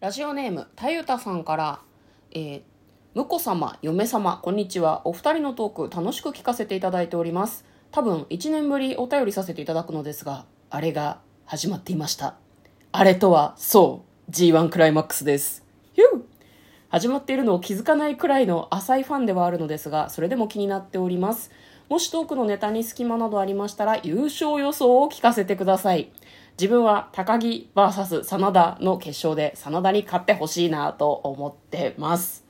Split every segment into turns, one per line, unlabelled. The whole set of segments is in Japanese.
ラジオネームたゆたさんから、えー、婿様嫁様こんにちはお二人のトーク楽しく聞かせていただいております多分1年ぶりお便りさせていただくのですがあれが始まっていましたあれとはそう G1 クライマックスですヒュー始まっているのを気づかないくらいの浅いファンではあるのですがそれでも気になっておりますもしトークのネタに隙間などありましたら優勝予想を聞かせてください自分は高木 VS 真田の決勝で真田に勝ってほしいなと思ってます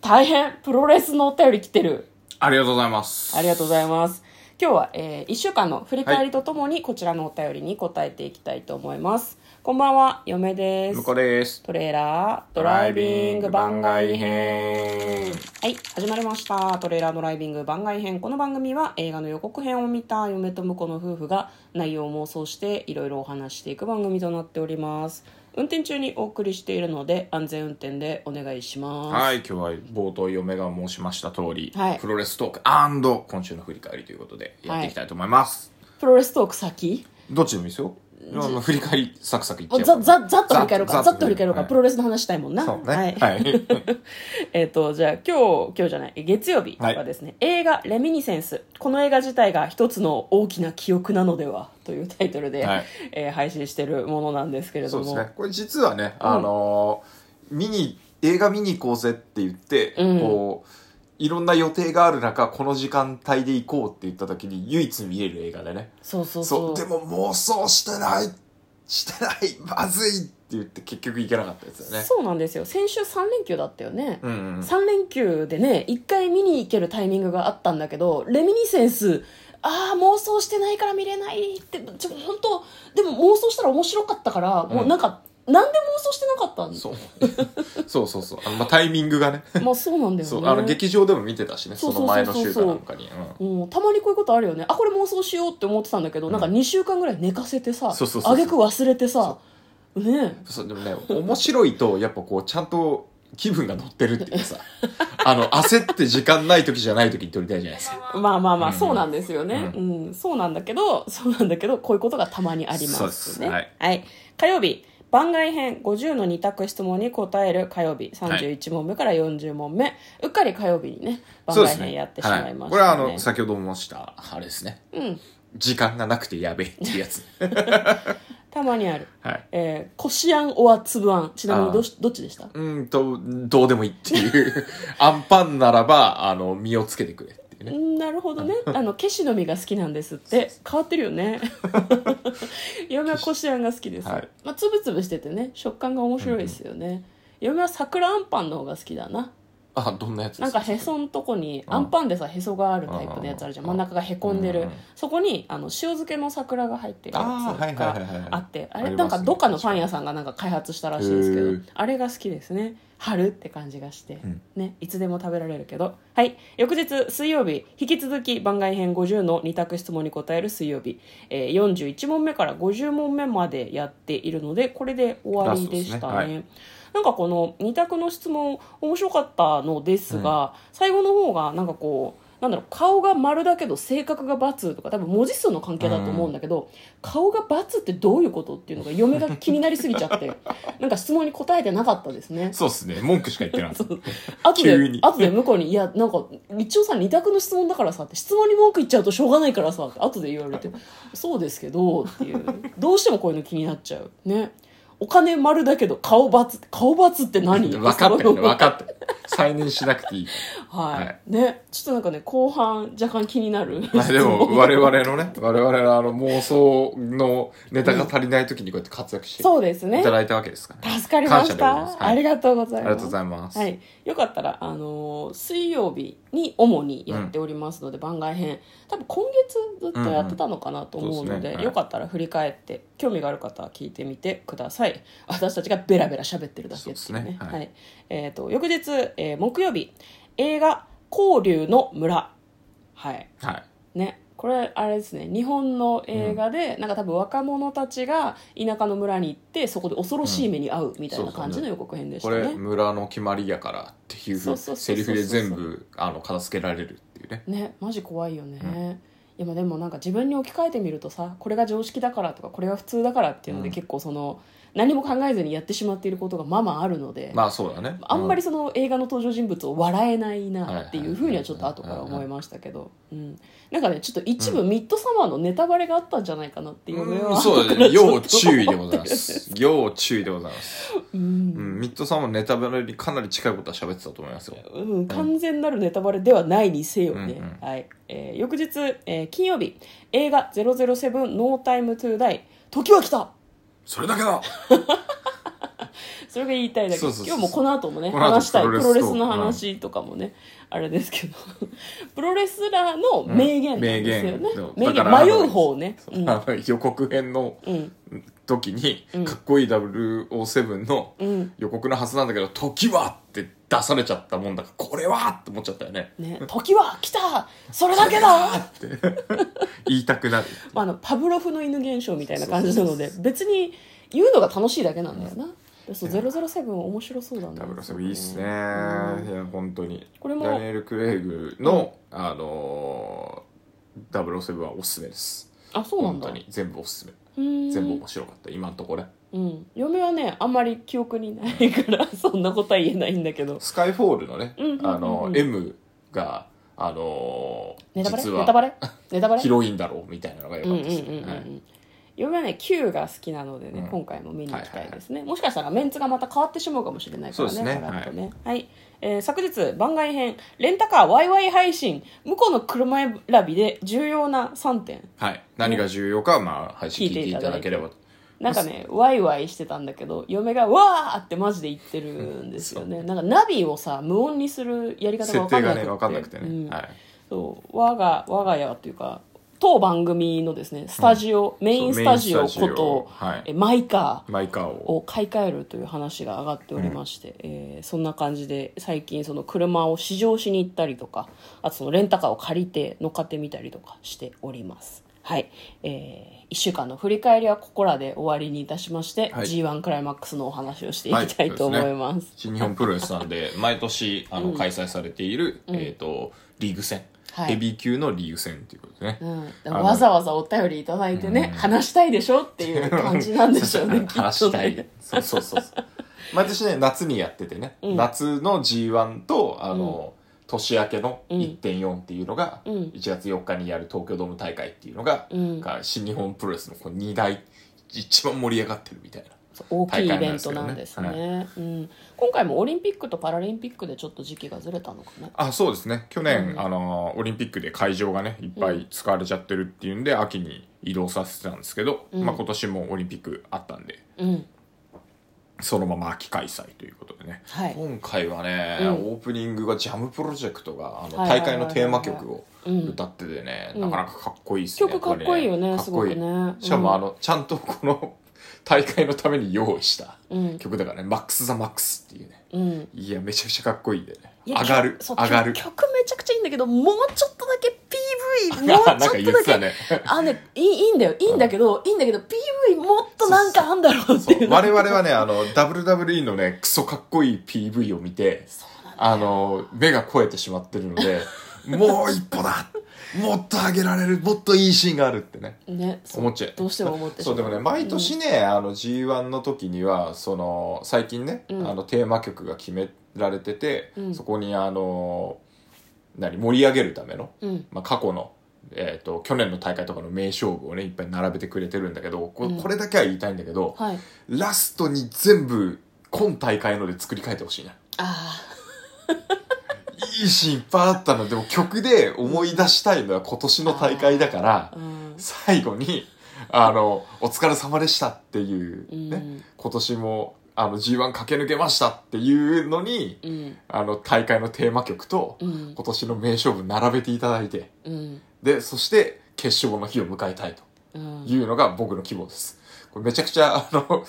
大変プロレスのお便り来てる
ありがとうございます。
ありがとうございます今日は、え1週間の振り返りとともにこちらのお便りに答えていきたいと思います、こんばんは嫁です
向こうです。
トレーラードライビング番外編
編。
はい始まりましたトレーラードライビング番外編この番組は映画の予告編を見た嫁と婿の夫婦が内容を妄想していろいろお話していく番組となっております運転中にお送りしているので安全運転でお願いします
はい、今日は冒頭嫁が申しました通り、
はい
プロレストーク今週の振り返りということでやっていきたいと思います。
プロレストーク先
どっちでもいいですよ。まあまあ振り返りサクサクいっちゃ
ざ
う
ざざっと振り返ろうかざっと振り返ろうか、プロ
レ
レスの話したいもんな
そうね。
はい
はい。
えっ、と、じゃあ今日、今日じゃない、月曜日はですね、映画レミニセンス。この映画自体が一つの大きな記憶なのではというタイトルで、
はい
えー配信してるものなんですけれど
そう
も。
ですね。これ実はね、あのー見に、映画見に行こうぜって言って、
うん
こう、いろんな予定がある中、この時間帯で行こうって言った時に唯一見れる映画でね。
そうそう
そ
そうう。
でも妄想してないしてないまずいって言って結局行けなかったやつだよね
そうなんですよ。先週3連休だったよね。
うんうんうん
3連休でね、1回見に行けるタイミングがあったんだけど、レミニセンス、ああ、妄想してないから見れないって、ちょ、本当でも妄想したら面白かったから、もうなんか、なんで妄想してなかったんです
そうそうそうそうあの、まあ、タイミングがね
まあそうなんだよね。
そうあの劇場でも見てたしね
そ
そう
そう
の
そう
前
そう
の
そう
週かなんかに、うん
うん、たまにこういうことあるよねあこれ妄想しようって思ってたんだけど、なんか2週間ぐらい寝かせてさ
そうそうそう
あ
そう
げく忘れてさねえ
そうでもね面白いとやっぱこうちゃんと気分が乗ってるっていうか さあの焦って時間ない時じゃない時に撮りたいじゃないですか
まあまあまあ
うん
そうなんですよね、う
うん
そうなんだけど そうなんだけどこういうことがたまにあり
そう
ま
ですす
ね
はい
火曜日番外編50の2択質問に答える火曜日31問目から40問目、うっかり火曜日にね番
そうで
外
すね
編やってしまいま
は
し
これ
た
はあの
ね
先ほども申したあれですね
うん
時間がなくてやべえっていう やつ
たまにある
はい
えー、こしあんおあつぶあんちなみにどうしどっちでした
うんと、どうでもいいって いう。アンパンならば、あの、身をつけてくれっていうね。
なるほどねあのケシの実が好きなんですって変わってるよ ね嫁はこしあんが好きです、
はい
まあ、つぶつぶしててね食感が面白いですよね、嫁は桜あんパンの方が好きだな
あ、どんなやつで
なん
す
かへそんとこに
うん
あんパンでさへそがあるタイプのやつあるじゃん
うん
真ん中がへこんで
うん
る
うん
そこにあの塩漬けの桜が入ってるや
あ
つ
ーはいはいはいはい
があってあ
あ
れ
りますね
なんかどっかのパン屋さんがなんか開発したらしいですけ
へ
ど
ー
あれが好きですね春って感じがして
うん
ねいつでも食べられるけどはい翌日水曜日引き続き番外編50の2択質問に答える水曜日えー41問目から50問目までやっているのでこれで終わりでし
ラスト
た
ですねはい
ねなんかこの2択の質問面白かったのですが、最後の方がなんかこうなんだろう顔が丸だけど性格が×とか多分文字数の関係だと思うんだけど、顔が×ってどういうことっていうのが嫁が気になりすぎちゃって なんか質問に答えてなかったですね。
そうですね。文句しか言ってない。
後
急
で
に
後で向こうに「いやなんか一応さ2択の質問だからさ」って質問に文句言っちゃうとしょうがないからさって後で言われて「そうですけど」っていうどうしてもこういうの気になっちゃうねお金丸だけど顔罰顔罰って何
分かってる、分かってる。再燃しなくていい。
はい、
はい
ねちょっとなんかね後半若干気になる
まあで
質
も、
問
我々のね、我々のあの妄想のネタが足りない時にこうやって活躍して
そうですね
いただいたわけですからね。
助かりました
感謝でございますはい
ありがとうござい
ありが
ま
とう
す
ございます。
はい、よかったら、あのー水曜日に主にやっておりますので、番外編多分今月ずっとやってたのかなと思うので,、
うんうんそうですねはい
よかったら振り返って興味がある方は聞いてみてください私たちがベラベラ喋ってるだけっていうね
そうですねはい
はいえー、と翌日、えー木曜日映画「紅龍の村」はい
はい。
ねこれあれですね日本の映画で、なんか多分若者たちが田舎の村に行ってそこで恐ろしい目に遭うみたいな感じの予告編でし
こ
たね、
れ、村の決まりやからってい
そう
う
そうそうそうそう
セリフで全部、あの、片付けられるっていうね。
ねマジ怖いよね、
うん
いやまあでもなんか自分に置き換えてみるとさこれが常識だからとかこれが普通だからっていうので
うん
結構その、何も考えずにやってしまっていることがまあまああるので、
まあそうだね
あんまりその映画の登場人物を笑えないなっていうふうにはちょっと後から
はい
思
はい
ましたけど、うん、なんかねちょっと一部ミッドサマーのネタバレがあったんじゃないかなっていうの
う
は
んそうだ
後から
ね
ちょ
要
っと
注意でございま、す 要注意でございます、
うん
うん、ミッドさんもネタバレにかなり近いことは喋ってたと思いますよ
うん、完全なるネタバレではないにせよね、
うん
はいえー翌日、えー金曜日映画「007ノータイムトゥーダイ時は来た!
それだけだ
それが言いたいだけ
そうそうそ
今
う
日もこの後もね
この後
話したいプ
プ
ロ
ロ
レ
レ
ス
スと
の話とかもね、あれですけど プロレスラーの名言なんですよね、
うん
名
名言
言
だから
迷う方ね、
そう
うん
あの予告編の
うん
時に、
うん
かっこいい007の
うん
予告のはずなんだけど「時は!」って出されちゃったもんだから「これは!」って思っちゃったよね
ね、時は来たそれだけだ
って言いたくなる
まあ、あのパブロフの犬現象みたいな感じなので別に言うのが楽しいだけなんだよな、そう007面白そうだね
ダブルセブンいいっすね、
うん
いや本当に
これも
ダニエル・クレイグの、あのー、007はおすすめです
あそうなん
本
だ
当に全部おすすめ全
全
部面白かった今のところね
うん嫁はねあんまり記憶にないから そんなことは言えないんだけど
スカイフォールのね、
うんうんうんうん
あの M があのー
ネタバレ
実
ネタ
は
バ レネタバレ
ヒロインだろうみたいなのが良
うん
か
うん
った
うんう
で
ん
す
う
ねはい
ん嫁はね Q が好きなのでね、
うん
今回も見に行きたいですね、もしかしたらメンツがまた変わってしまうかもしれないからね
そうですね
ガラッとねはい、えー昨日番外編レンタカーワイワイ配信向こうの車選びで重要な3点
はい、何が重要かはまあ配信聞いていただければと
なんかねワイワイしてたんだけど嫁が「わー!」ってマジで言ってるんですよねなんかナビをさ無音にするやり方が
設
分か
定
んなくて
がね分かんなくてね、
うん
はい、
そう我が我が家というか当番組のですねスタジオ、メインスタジオ
そうメ
こ
インスタジオ
と、
はい
えマイカー
マイカーを
を買い替えるという話が上がっておりまして、えーそんな感じで最近その車を試乗しに行ったりとかあとそのレンタカーを借りて乗っかってみたりとかしておりますはい、え1週間の振り返りはここらで終わりにいたしまして、
はい
G1 クライマックスのお話をしていきたいと思います、
新日本プロレスなんで毎年あの開催されている、えー、とリーグ戦、
はい
ヘビー級のリーグ戦ということでね、
うん、
あの
わざわざお便りいただいてね、話したいでしょっていう感じなんでし ょうね、きっ
話
と
した
ね
い。そうそ うそうそう毎年ね夏にやっててね、夏の g 1とあの、年明けの1.4っていうのが、
ん
1月4日にやる東京ドーム大会っていうのが、
うん
が新日本プロレスのこう2大一番盛り上がってるみたいな
そう大きい
大会
イ
なん
ベン
です
ト
よね
なんですねうん、今回もオリンピックとパラリンピックでちょっと時期がずれたのかな
あそうですね去年、
うん
あのオリンピックで会場がねいっぱい使われちゃってるっていうんで、秋に移動させてたんですけど、
うん
まあ、今年もオリンピックあったんで
うん
そのまま秋開催ということでね、
はい
今回はね、
うん
オープニングがジャムプロジェクトがあの
はいはいは
大
い
会
はい
のテーマ曲を
うん
歌っててね、
うん
なかなかかっこいいですね
曲かっこいいよね
やぱり
すごくね
しかもあ
の、
の、ちゃんとこの大会のために用意した
うん
曲だからね「マックス・ザ・マックス」っていうね
うん、
いやめちゃくちゃかっこいいんでね
いや
上がる
曲そう
上がる
曲曲めちゃくちゃいいんだけどもうちょっとだけ PV もう
なん
ちょ
か言っ
ってとだ
た
け
ね
あねいいいいんだよいいんだけど、いいんだけど PV もっとなんかあんだろうって
そ
いう
う我々はねあの WWE のねクソかっこいい PV を見て
そうなんだ
あの目が肥えてしまってるのでもう一歩だもっと上げられるもっといいシーンがあるってね
ねそう
思っちゃう
どうしても思ってしま
そうでもね毎年ね、あの G1 の時にはその最近ね、
うん
あのテーマ曲が決められてて、
うん
そこにあの何盛り上げるための、
うん
まあ、過去の、えー、と去年の大会とかの名勝負をねいっぱい並べてくれてるんだけどこ
うん
これだけは言いたいんだけど、
はい
ラストに全部今大会ので作り変えてほしいな。
あ
いいシーンいっぱいあったのでも曲で思い出したいのは今年の大会だから
あ、うん
最後に、あの、お疲れ様でしたっていう、ね、
うん
今年も、あの、G1 駆け抜けましたっていうのに、
うん
あの、大会のテーマ曲と、
うん
今年の名勝負並べていただいて、
うん
で、そして、決勝の日を迎えたいと
うん
いうのが僕の希望です。これめちゃくちゃ、あの、好き、フ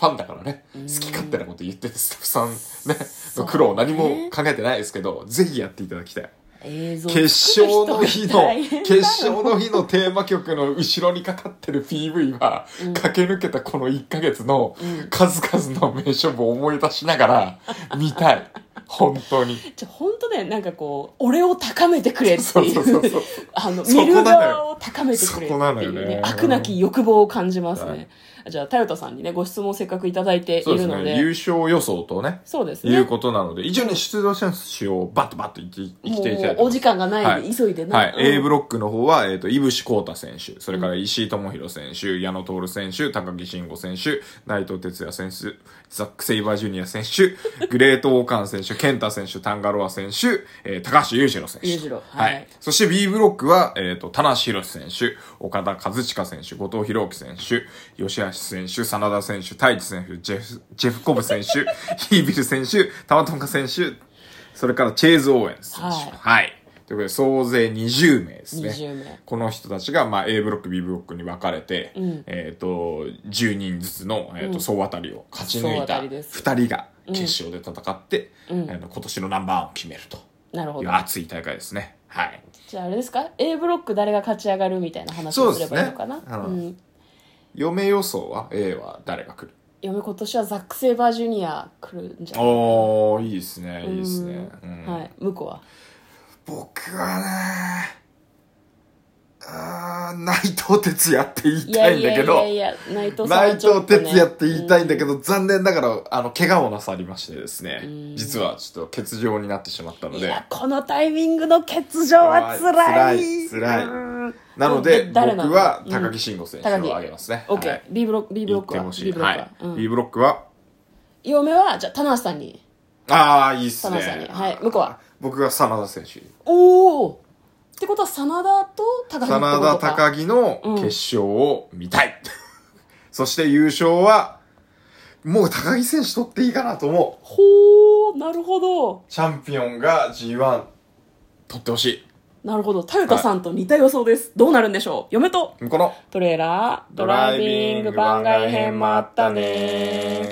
ァンだからね、好き勝手なこと言ってて、スタッフさんね、
う
の苦労何も考えてないですけど、ぜひやっていただきたい。
映像
決勝の日
作る人が
の
大変だよ
決勝の日のテーマ曲の後ろにかかってる PV は、
うん
駆け抜けたこの1ヶ月の
うん
数々の名勝負を思い出しながら見たい本当に
じゃあ本当ねでなんかこう俺を高めてくれっていう
そうそうそうそう。
あの
そこ
見
なのよ
る側を高めてくれって
そこなの
い
よ
うね
ね
悪なき欲望を感じますね、
はい
じゃあ豊田さんにねご質問せっかくいただいてい
そうで
る
す
の
ね。
で
優勝予想とね、
そうですね
いうことなので、一応ね、出場選手をバッとバッといっていきていきたい
もうお
と思います
時間がないんで、
はい
急いでな、
はい、
うん
A ブロックの方は、えっ、と、井伏光太選手、それから石井智弘選手、矢野徹選手、高木慎吾選手、内藤哲也選手、ザック・セイバージュニア選手、グレート・オーカン選手、健太選手、タンガロア選手、えー高橋裕次郎選手。
裕次郎は
はいい、そして B ブロックは、えっ、と、田無博選手、岡田和親選手、後藤弘樹選手、吉橋選手、真田選手、太一選手、ジェフ、ジェフコブ選手、 ヒービル選手、玉トンカ選手、それからチェーズ・オーエンス選手。
は
はいい。ということで、総勢20名ですね。
20名
この人たちが、まあ、A ブロック、B ブロックに分かれて、えっ、と、10人ずつの、えーと総当たりを勝ち抜
総
い
当
た
たりです
2人が決勝で戦って、あの今年のナンバーワンを決めると。
なるほ
い
ど
う熱い大会ですね。はい。
じゃああれですか A ブロック誰が勝ち上がるみたいな話をすればいいのかな
そうですね
うん、
嫁予想は A は誰が来る
嫁今年はザック・セイバージュニア来るんじゃない
おー、いいですね、いいですね。うん
はい、向こうは
僕はね、あー内藤哲也って言い
い
た
や
いん
いや
だ
い
け
や
ど
い、や内藤さん
内
はちょ
藤
っと、ね、
哲也って言いたいんだけ
ど、
ど、残念ながら、あの、怪我をなさりましてですね、
うん
実はちょっと欠場になってしまったの
い
で、
やこのタイミングの欠場は辛い
辛い辛い
うん
なので、
だ誰
僕
なの
は
うん
高木慎吾選手
高木
を挙げますね。
OK、
はい
B ブロック B ブ
言
ロッ
っ
ク
て
は
ほしい。
ブロッ
は
ク
い
は、うん
B ブロックは、
嫁はじゃあ田中さんに
ああ、いいっすね。
真田さんにはい向こうは
僕は真田選手。
おおってことは真田と高木ってこと
真田
か
高木の決勝を見たい。 そして優勝は、もう高木選手取っていいかなと思う。
ほうなるほど
チャンピオンが G1 取ってほしい。
なるほど豊田さんと似た予想です、どうなるんでしょう嫁と
向こうの
トレーラード
ドライビング番外編もあったね